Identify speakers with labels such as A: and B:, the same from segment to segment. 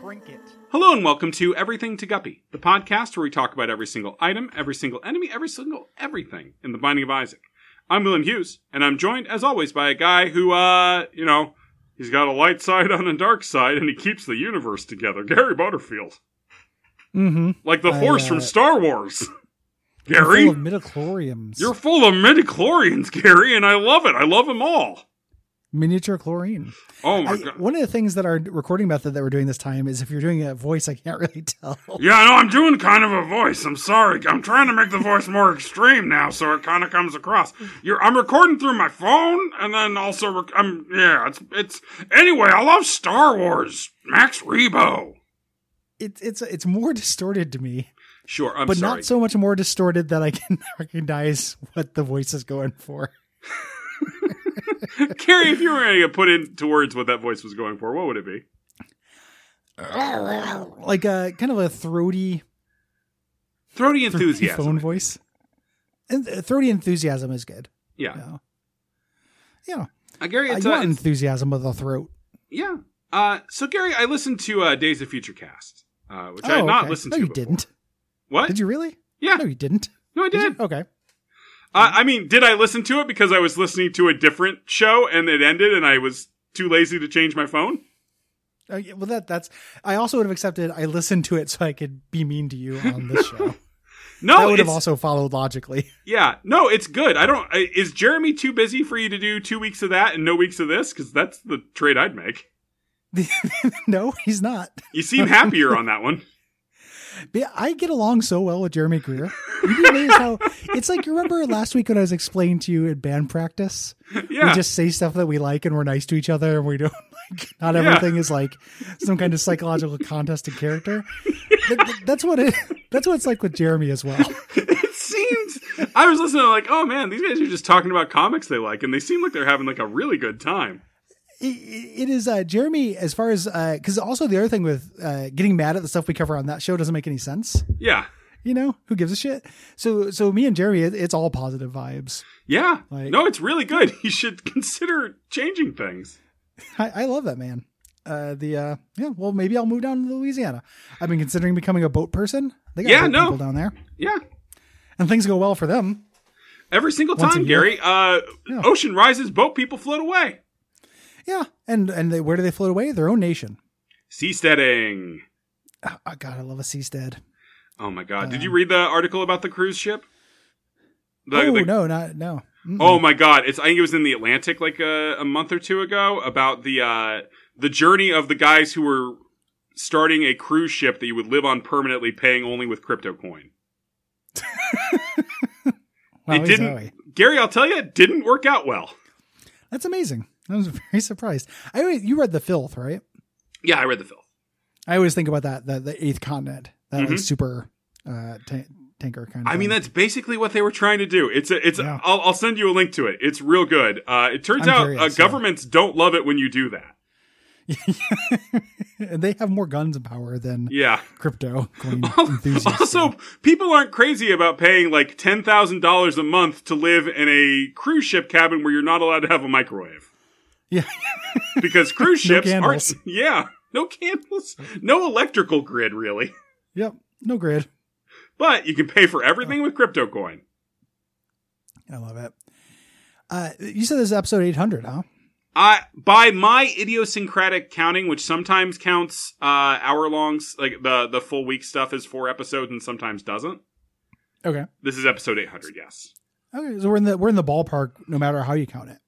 A: trinket.
B: Hello and welcome to Everything to Guppy, the podcast where we talk about every single item, every single enemy, every single everything in The Binding of Isaac. I'm William Hughes, and I'm joined, as always, by a guy who, uh, you know, he's got a light side and a dark side, and he keeps the universe together. Gary Butterfield.
A: Mm-hmm.
B: Like the
A: I,
B: horse
A: uh,
B: from Star Wars.
A: Full of
B: Gary,
A: midichlorians.
B: you're full of midichlorians, Gary, and I love it. I love them all.
A: miniature chlorine.
B: Oh my
A: I,
B: god.
A: one of the things that our recording method that we're doing this time is if you're doing a voice, I can't really tell.
B: Yeah, no, I'm doing kind of a voice. I'm sorry. I'm trying to make the voice more extreme now, so it kind of comes across. You're, I'm recording through my phone, and then also, rec- I'm yeah. It's it's anyway. I love Star Wars. Max Rebo.
A: It, it's it's more distorted to me,
B: Sure, I'm
A: but
B: sorry.
A: not so much more distorted that I can recognize what the voice is going for.
B: Carrie, if you were going to put into words what that voice was going for, what would it be? Uh.
A: like a kind of a throaty
B: Throaty
A: phone
B: enthusiasm.
A: voice. And uh, throaty enthusiasm is good.
B: Yeah,
A: Yeah, yeah.
B: uh, Gary, Uh, it's,
A: I
B: uh,
A: want
B: it's-
A: enthusiasm of the throat.
B: yeah. Uh, so Gary, I listened to uh, Days of Future Cast, uh, which I had
A: Oh,
B: not
A: okay.
B: listened
A: no,
B: to.
A: you
B: before.
A: didn't.
B: What?
A: Did you really?
B: Yeah.
A: No, you didn't.
B: No, I
A: Did you?
B: did.
A: Okay.
B: Uh, I mean, did I listen to it because I was listening to a different show and it ended and I was too lazy to change my phone?
A: Uh, yeah, well, that that's. I also would have accepted. I listened to it so I could be mean to you on this show. that
B: No,
A: would have
B: it's,
A: also followed logically.
B: yeah, no, it's good. I don't. I, is Jeremy too busy for you to do two weeks of that and no weeks of this? Because that's the trade I'd make.
A: no, he's not.
B: You seem happier on that one.
A: But yeah, I get along so well with Jeremy Greer. You'd be amazed how it's like. You remember last week when I was explaining to you at band practice,
B: Yeah,
A: we just say stuff that we like and we're nice to each other, and we don't like. Not
B: Yeah.
A: everything is like some kind of psychological contest of character. Th- th- that's what it. That's what it's like with Jeremy as well.
B: it seems. I was listening like, oh man, these guys are just talking about comics they like, and they seem like they're having like a really good time.
A: it, it is uh, Jeremy as far as because also the other thing with uh, getting mad at the stuff we cover on that show doesn't make any sense.
B: Yeah,
A: You know who gives a shit? So so me and Jeremy, it, it's all positive vibes.
B: yeah.
A: Like-
B: no, it's really good. You should consider changing things.
A: I, I love that man. Uh, the uh, yeah, well maybe I'll move down to Louisiana. I've been considering becoming a boat person. They got
B: Yeah,
A: boat
B: no.
A: people down there,
B: Yeah,
A: and things go well for them.
B: Every single
A: Once
B: time,
A: a year.
B: Gary. Uh,
A: Yeah.
B: Ocean rises, boat people float away.
A: Yeah, and and they, where do they float away? Their own nation.
B: Seasteading.
A: Oh, God, I love a seastead.
B: Oh my God! Did you read the article about the cruise ship? The-
A: oh
B: the-
A: no, not no. Mm-mm.
B: Oh my God! It's I think it was in the Atlantic like uh, a, a month or two ago about the uh, the journey of the guys who were starting a cruise ship that you would live on permanently, paying only with crypto coin.
A: Wowie
B: it didn't,
A: zowie.
B: Gary. I'll tell you, it didn't work out well.
A: That's amazing. I was very surprised. I always- you read the filth, right?
B: Yeah, I read the film.
A: I always think about that the, the eighth continent, that like
B: Mhm.
A: super uh, ta- tanker kind of.
B: I mean,
A: thing.
B: that's basically what they were trying to do. It's a, it's.
A: Yeah.
B: i I'll, I'll send you a link to it. It's real good. Uh, it turns
A: I'm
B: out
A: curious,
B: uh,
A: yeah.
B: governments don't love it when you do that.
A: And they have more guns and power than
B: Yeah. Oh,
A: crypto coin enthusiasts.
B: Also, people aren't crazy about paying like ten thousand dollars a month to live in a cruise ship cabin where you're not allowed to have a microwave
A: yeah,
B: because cruise
A: No
B: ships aren't.
A: candles.
B: Yeah, no candles, no electrical grid really.
A: yep, no grid.
B: But you can pay for everything with crypto coin.
A: I love it. Uh, you said this is episode eight hundred, huh?
B: I by my idiosyncratic counting, which sometimes counts uh, hour longs, like the the full week stuff is four episodes, and sometimes doesn't.
A: Okay,
B: This is episode eight hundred. Yes.
A: okay. So we're in the we're in the ballpark, no matter how you count it.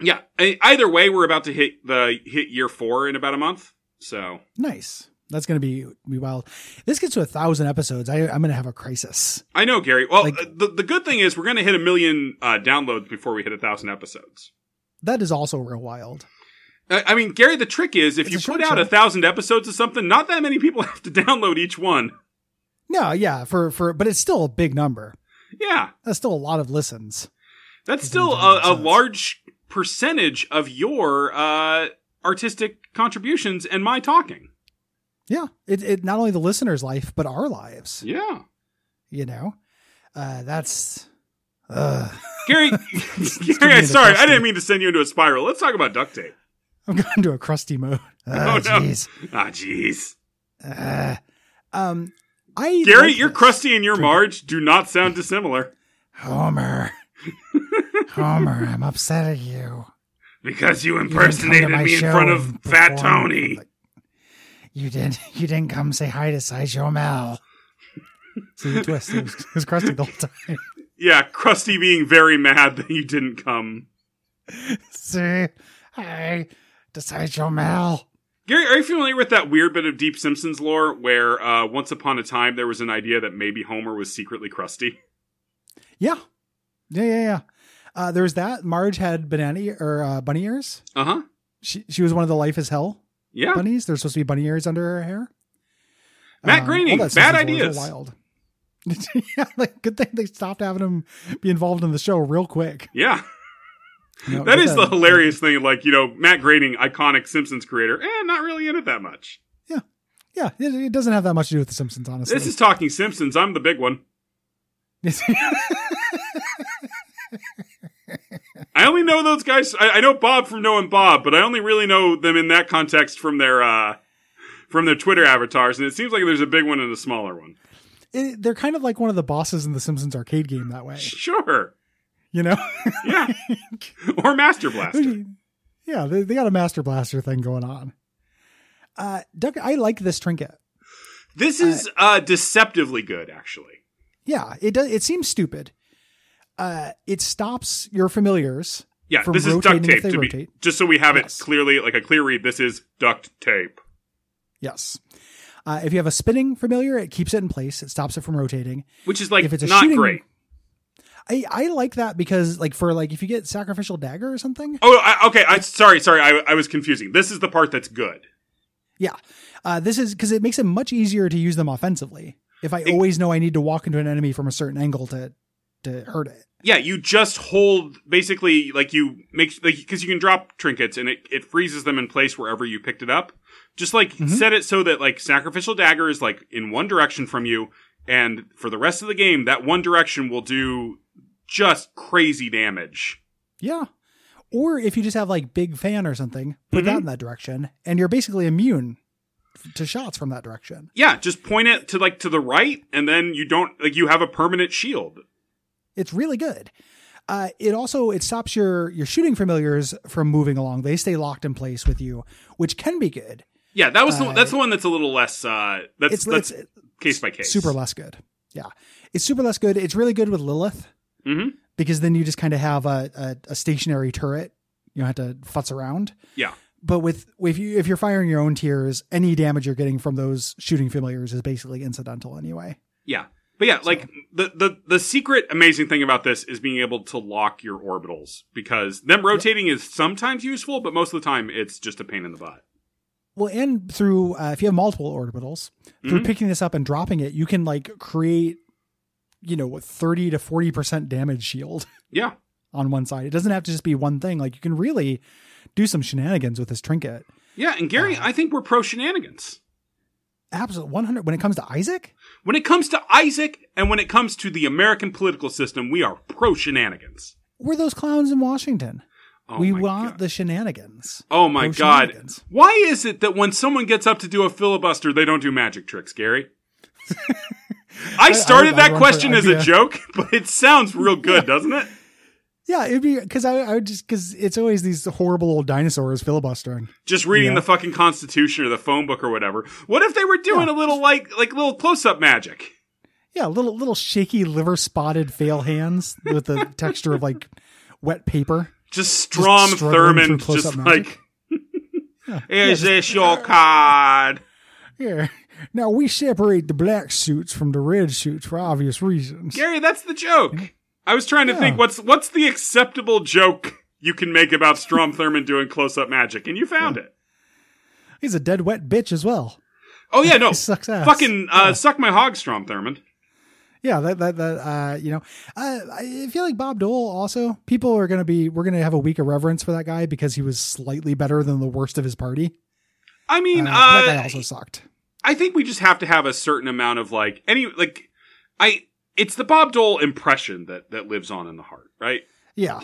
B: Yeah. I- Either way, we're about to hit the hit year four in about a month. So
A: Nice. That's gonna be be wild. This gets to a thousand episodes. I, I'm gonna have a crisis.
B: I know, Gary. Well,
A: Like-
B: uh, the the good thing is we're going to hit a million uh, downloads before we hit a thousand episodes.
A: That is also real wild.
B: I, I mean, Gary, the trick is if
A: It's a
B: you
A: short
B: put out
A: show.
B: a thousand episodes of something, not that many people have to download each one.
A: No, yeah, for for but it's still a big number.
B: Yeah.
A: That's still a lot of listens.
B: That's
A: Isn't
B: still
A: it all
B: a, a
A: sides?
B: large percentage of your uh, artistic contributions and my talking.
A: Yeah, it, it not only the listener's life but our lives.
B: Yeah,
A: You know, uh, that's uh,
B: Gary.
A: gonna
B: Gary
A: be
B: sorry, I
A: disgusting.
B: didn't mean to send you into a spiral. Let's talk about duct tape.
A: I'm going to a crusty mode. Oh,
B: Oh, no.
A: jeez.
B: Ah, jeez.
A: Uh, um, I
B: Gary,
A: like
B: your
A: this.
B: Krusty and your Marge do not sound dissimilar
A: Homer. Homer, I'm upset at you.
B: because you
A: You didn't come to
B: impersonated
A: my
B: me in
A: show
B: front of
A: and
B: Fat
A: perform.
B: Tony.
A: You didn't. You didn't come say hi to Sideshow Mel. See the twist. It was, it was crusty the whole time.
B: Yeah, Krusty being very mad that you didn't come.
A: See, hi to Sideshow Mel.
B: Gary, are you familiar with that weird bit of Deep Simpsons lore where uh, once upon a time there was an idea that maybe Homer was secretly Krusty?
A: Yeah, yeah, yeah, yeah. Uh, there was that. Marge had banana ear, or uh, bunny ears.
B: Uh huh.
A: She she was one of the life is hell
B: Yeah.
A: bunnies. There's supposed to be bunny ears under her hair.
B: Matt
A: Um,
B: Groening,
A: all that
B: bad
A: stuff is a little
B: ideas.
A: Wild. yeah, like good thing they stopped having him be involved in the show real quick.
B: Yeah.
A: You know,
B: That
A: get
B: is the hilarious thing. Like, you know, Matt Groening, iconic Simpsons creator, eh, not really in it that much.
A: Yeah, it, it doesn't have that much to do with The Simpsons, honestly.
B: This is Talking Simpsons. I'm the big one. I only know those guys. I, I know Bob from knowing Bob, but I only really know them in that context from their uh, from their Twitter avatars. And it seems like there's a big one and a smaller one.
A: It- they're kind of like one of the bosses in The Simpsons arcade game that way.
B: Sure,
A: You know?
B: yeah, or Master Blaster.
A: yeah, they, they got a Master Blaster thing going on. Uh, Doug, I like this trinket.
B: This is uh, deceptively good, actually.
A: Yeah, it does. It seems stupid. Uh, it stops your familiars.
B: Yeah,
A: From
B: this is
A: rotating
B: duct
A: if
B: tape
A: they
B: to be
A: rotate.
B: just so we have
A: Yes.
B: it clearly, like a clear read. This is duct tape.
A: Yes. Uh, if you have a spinning familiar, it keeps it in place. It stops it from rotating.
B: which is like
A: If it's a
B: not
A: shooting-
B: great.
A: I, I like that because like for like if you get sacrificial dagger or something,
B: Oh, I, okay. I sorry, sorry. I, I was confusing. This is the part that's good.
A: Yeah. Uh, this is because it makes it much easier to use them offensively. If I
B: It-
A: always know I need to walk into an enemy from a certain angle to to hurt it.
B: Yeah, you just hold basically like you make like because you can drop trinkets and it it freezes them in place wherever you picked it up. Just like
A: Mhm.
B: set it so that like sacrificial dagger is like in one direction from you, and for the rest of the game, that one direction will do just crazy damage.
A: Yeah. Or if you just have like big fan or something, put that
B: Mhm.
A: in that direction, and you're basically immune f- to shots from that direction.
B: Yeah, just point it to like to the right, and then you don't like you have a permanent shield.
A: It's really good. Uh, it also it stops your your shooting familiars from moving along. They stay locked in place with you, which can be good.
B: Yeah, that was the,
A: Uh,
B: that's the one that's a little less. uh That's
A: It's
B: that's
A: it's, it's
B: case by case.
A: super less good. Yeah, it's super less good. It's really good with Lilith.
B: hmm
A: because then you just kind of have a, a, a stationary turret. You don't have to futz around.
B: Yeah.
A: But with if you if you're firing your own tiers, any damage you're getting from those shooting familiars is basically incidental anyway.
B: Yeah. But yeah, like the, the the secret amazing thing about this is being able to lock your orbitals because them rotating is sometimes useful, but most of the time it's just a pain in the butt.
A: Well, and through uh, if you have multiple orbitals, through
B: Mhm.
A: picking this up and dropping it, you can like create, you know, what thirty to forty percent damage shield
B: Yeah.
A: on one side. It doesn't have to just be one thing. Like you can really do some shenanigans with this trinket.
B: Yeah, and Gary,
A: Uh.
B: I think we're pro shenanigans.
A: Absolutely, one hundred. When it comes to Isaac,
B: When it comes to Isaac and when it comes to the American political system, we are pro shenanigans.
A: we're those clowns in Washington.
B: Oh
A: we
B: my
A: want
B: God.
A: the shenanigans.
B: Oh my
A: Pro
B: god.
A: shenanigans.
B: Why is it that when someone gets up to do a filibuster, they don't do magic tricks, Gary? I
A: I-
B: started
A: I'd
B: that
A: run for-
B: question
A: I'd
B: as
A: be
B: a
A: a-
B: joke, but it sounds real good, doesn't it?
A: Yeah, it'd be because I, I would just because it's always these horrible old dinosaurs filibustering.
B: just reading
A: Yeah.
B: the fucking constitution or the phone book or whatever what if they were doing a little like like little close-up magic
A: Yeah, little little shaky liver spotted fail hands with the texture of like wet paper.
B: just strom
A: struggling
B: thurmond
A: through close-up
B: just
A: magic?
B: like
A: Yeah, yeah,
B: is
A: just-
B: this your card
A: yeah. Now we separate the black suits from the red suits for obvious reasons.
B: gary that's the joke i was trying to
A: Yeah.
B: think what's what's the acceptable joke you can make about strom thurmond doing close-up magic and you found it
A: He's a dead wet bitch as well.
B: oh yeah no
A: He sucks ass.
B: fucking uh, suck my hog strom thurmond
A: yeah. That that that uh, you know, uh, I feel like Bob Dole also people are gonna be we're gonna have a week of reverence for that guy because he was slightly better than the worst of his party.
B: i mean
A: Uh,
B: uh,
A: that guy also sucked.
B: I think we just have to have a certain amount of like any like I it's the Bob Dole impression that that lives on in the heart, right?
A: Yeah.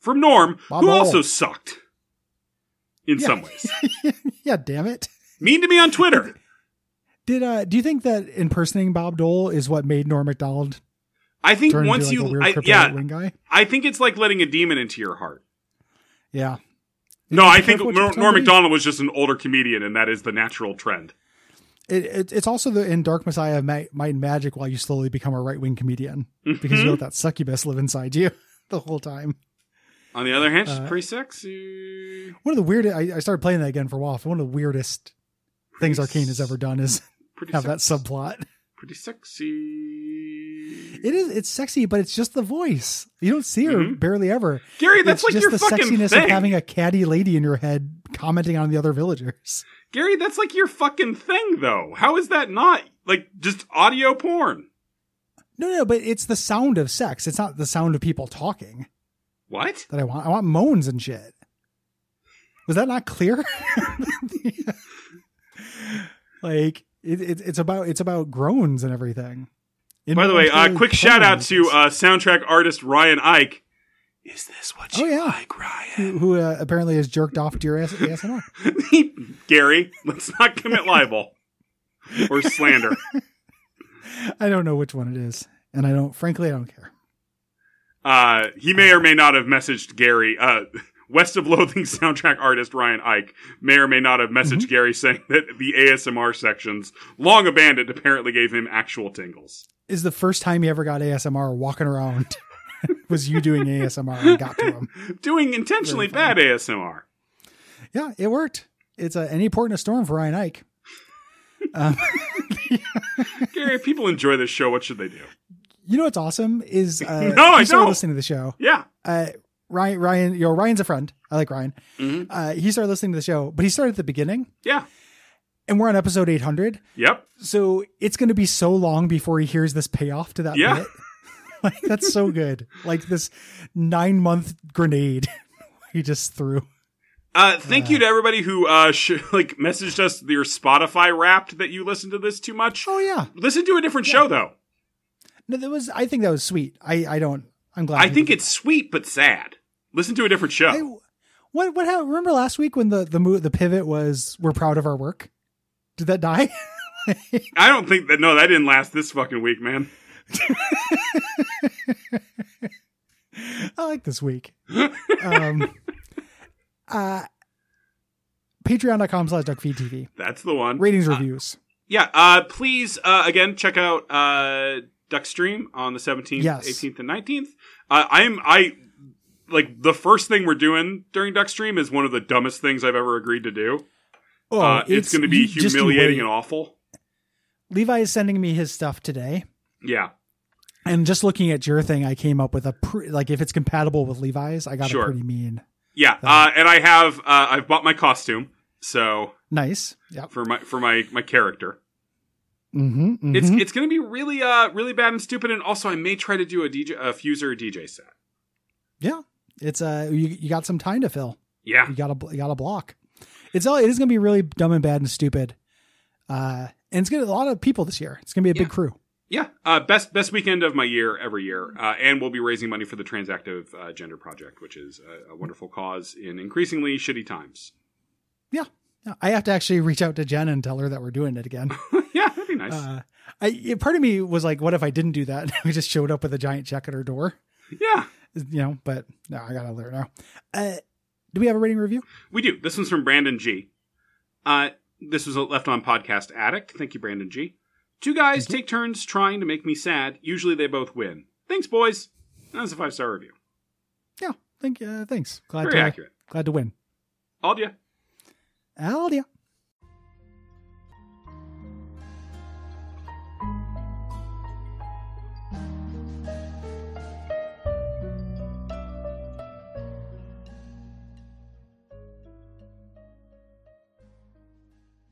B: From Norm,
A: Bob
B: who
A: Dole.
B: also sucked in
A: Yeah.
B: some ways.
A: yeah, damn it.
B: mean to me on Twitter.
A: Did uh do you think that impersonating Bob Dole is what made Norm Macdonald
B: I think
A: turn
B: once
A: into like,
B: you,
A: a weird
B: I,
A: crippled
B: yeah,
A: right-wing guy?
B: I think it's like letting a demon into your heart.
A: Yeah.
B: No,
A: You
B: I
A: be
B: think
A: careful what you
B: Nor-
A: pretend
B: Norm
A: to be.
B: Macdonald was just an older comedian, and that is the natural trend.
A: It, it, it's also the in Dark Messiah of Might, Might and Magic while you slowly become a right wing comedian because
B: Mm-hmm.
A: you let that succubus live inside you the whole time.
B: On the other hand, she's
A: Uh,
B: pretty sexy.
A: One of the weirdest, I, I started playing that again for a while. One of the weirdest things
B: Pretty
A: Arcane has ever done is
B: Pretty
A: have that
B: sex-
A: subplot.
B: Pretty sexy.
A: It is, it's sexy, but it's just the voice. You don't see her
B: Mhm.
A: barely ever.
B: Gary, that's
A: it's
B: like
A: just
B: your
A: the
B: fucking
A: sexiness
B: thing.
A: of having a catty lady in your head commenting on the other villagers.
B: Gary, that's like your fucking thing, though. How is that not like just audio porn?
A: No, no, but it's the sound of sex. It's not the sound of people talking
B: What?
A: that I want. I want moans and shit. Was that not clear? like it, it, it's about it's about groans and everything. In-
B: By the way, uh,
A: entirely
B: quick
A: porn
B: shout out to
A: noises.
B: uh, soundtrack artist Ryan Ike. Is this what
A: Oh,
B: you
A: yeah.
B: like, Ryan?
A: who, who uh, apparently has jerked off to your ass, ASMR.
B: Gary, let's not commit libel or slander.
A: I don't know which one it is, and I don't. Frankly, I don't care.
B: Uh, he may or may not have messaged Gary. Uh, West of Loathing soundtrack artist Ryan Ike may or may not have messaged
A: Mm-hmm.
B: Gary saying that the ASMR sections, long abandoned, apparently gave him actual tingles.
A: Is the first time he ever got ASMR walking around was you doing ASMR and got to him.
B: Doing intentionally bad ASMR.
A: Yeah, it worked. It's uh, any port in a storm for Ryan Ike. Um,
B: Gary, if people enjoy this show. What should they do?
A: you know what's awesome is uh,
B: No, I
A: he started
B: don't.
A: listening to the show.
B: Yeah.
A: Uh, Ryan, Ryan, you know, Ryan's a friend. I like Ryan.
B: Mhm.
A: Uh, he started listening to the show, but he started at the beginning,
B: Yeah.
A: and we're on episode 800.
B: Yep.
A: So it's going to be so long before he hears this payoff to that
B: Yeah.
A: bit. like that's so good. Like this nine month grenade he just threw.
B: Uh, thank you to everybody who uh, sh- like messaged us your Spotify Wrapped that you listened to this too much.
A: Oh yeah,
B: Listen to a different show though.
A: no, that was. I think that was sweet. I I don't. I'm glad.
B: I
A: people
B: think it's sweet but sad. Listen to a different show.
A: I, what what happened? Remember last week when the the mo- the pivot was we're proud of our work. Did that die?
B: I don't think that. No, that didn't last this fucking week, man.
A: I like this week. Um, uh, Patreon.com slash DuckFeedTV.
B: That's the one.
A: Ratings reviews.
B: Yeah. Uh, please uh, again check out uh, Duckstream on the seventeenth,
A: Yes.
B: eighteenth, and nineteenth. Uh, I'm I like the first thing we're doing during Duckstream is one of the dumbest things I've ever agreed to do.
A: Oh,
B: uh, it's, going to be
A: you- just you
B: humiliating
A: wait.
B: and awful.
A: Levi is sending me his stuff today.
B: Yeah.
A: And just looking at your thing, I came up with a pre- like if it's compatible with Levi's, I got
B: Sure.
A: a pretty mean.
B: Yeah. Uh, and I have uh, I've bought my costume so
A: Nice. Yep.
B: for my for my my character.
A: Mm-hmm,
B: It's it's going to be really uh really bad and stupid and also I may try to do a DJ a fuser DJ set.
A: yeah. It's uh you, you got some time to fill.
B: Yeah.
A: You got a you got a block. It's all it is going to be really dumb and bad and stupid. Uh and it's going to a lot of people this year. It's going to be a
B: Yeah.
A: big crew.
B: Yeah, uh, best best weekend of my year every year, uh, and we'll be raising money for the Transactive uh, Gender Project, which is a, a wonderful cause in increasingly shitty times.
A: I have to actually reach out to Jen and tell her that we're doing it again.
B: yeah, that'd be nice.
A: Uh I it- part of me was like what if I didn't do that? we just showed up with a giant check at her door,
B: yeah,
A: you know, but no, I got to let her know. Uh do we have a rating review?
B: we do. This one's from Brandon G. Uh, this was a left on podcast addict. Thank you, Brandon G. Two guys
A: Mm-hmm.
B: take turns trying to make me sad. Usually they both win. Thanks, boys. That was a five star review.
A: Yeah, thank uh, thanks. Glad
B: Very
A: to
B: accurate.
A: glad to win.
B: All ya.
A: Aldia.